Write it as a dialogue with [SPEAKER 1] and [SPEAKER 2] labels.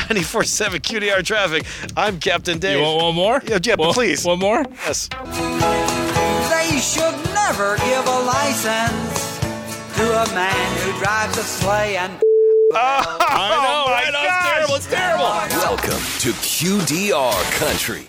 [SPEAKER 1] 94.7 QDR traffic. I'm Captain Dave.
[SPEAKER 2] You want one more?
[SPEAKER 1] Yeah, yeah,
[SPEAKER 2] One-
[SPEAKER 1] please.
[SPEAKER 2] One more?
[SPEAKER 1] Yes.
[SPEAKER 3] They should never give a license to a man who drives a sleigh and
[SPEAKER 1] Oh
[SPEAKER 2] I know, right? That's terrible. It's terrible.
[SPEAKER 4] Welcome to QDR Country.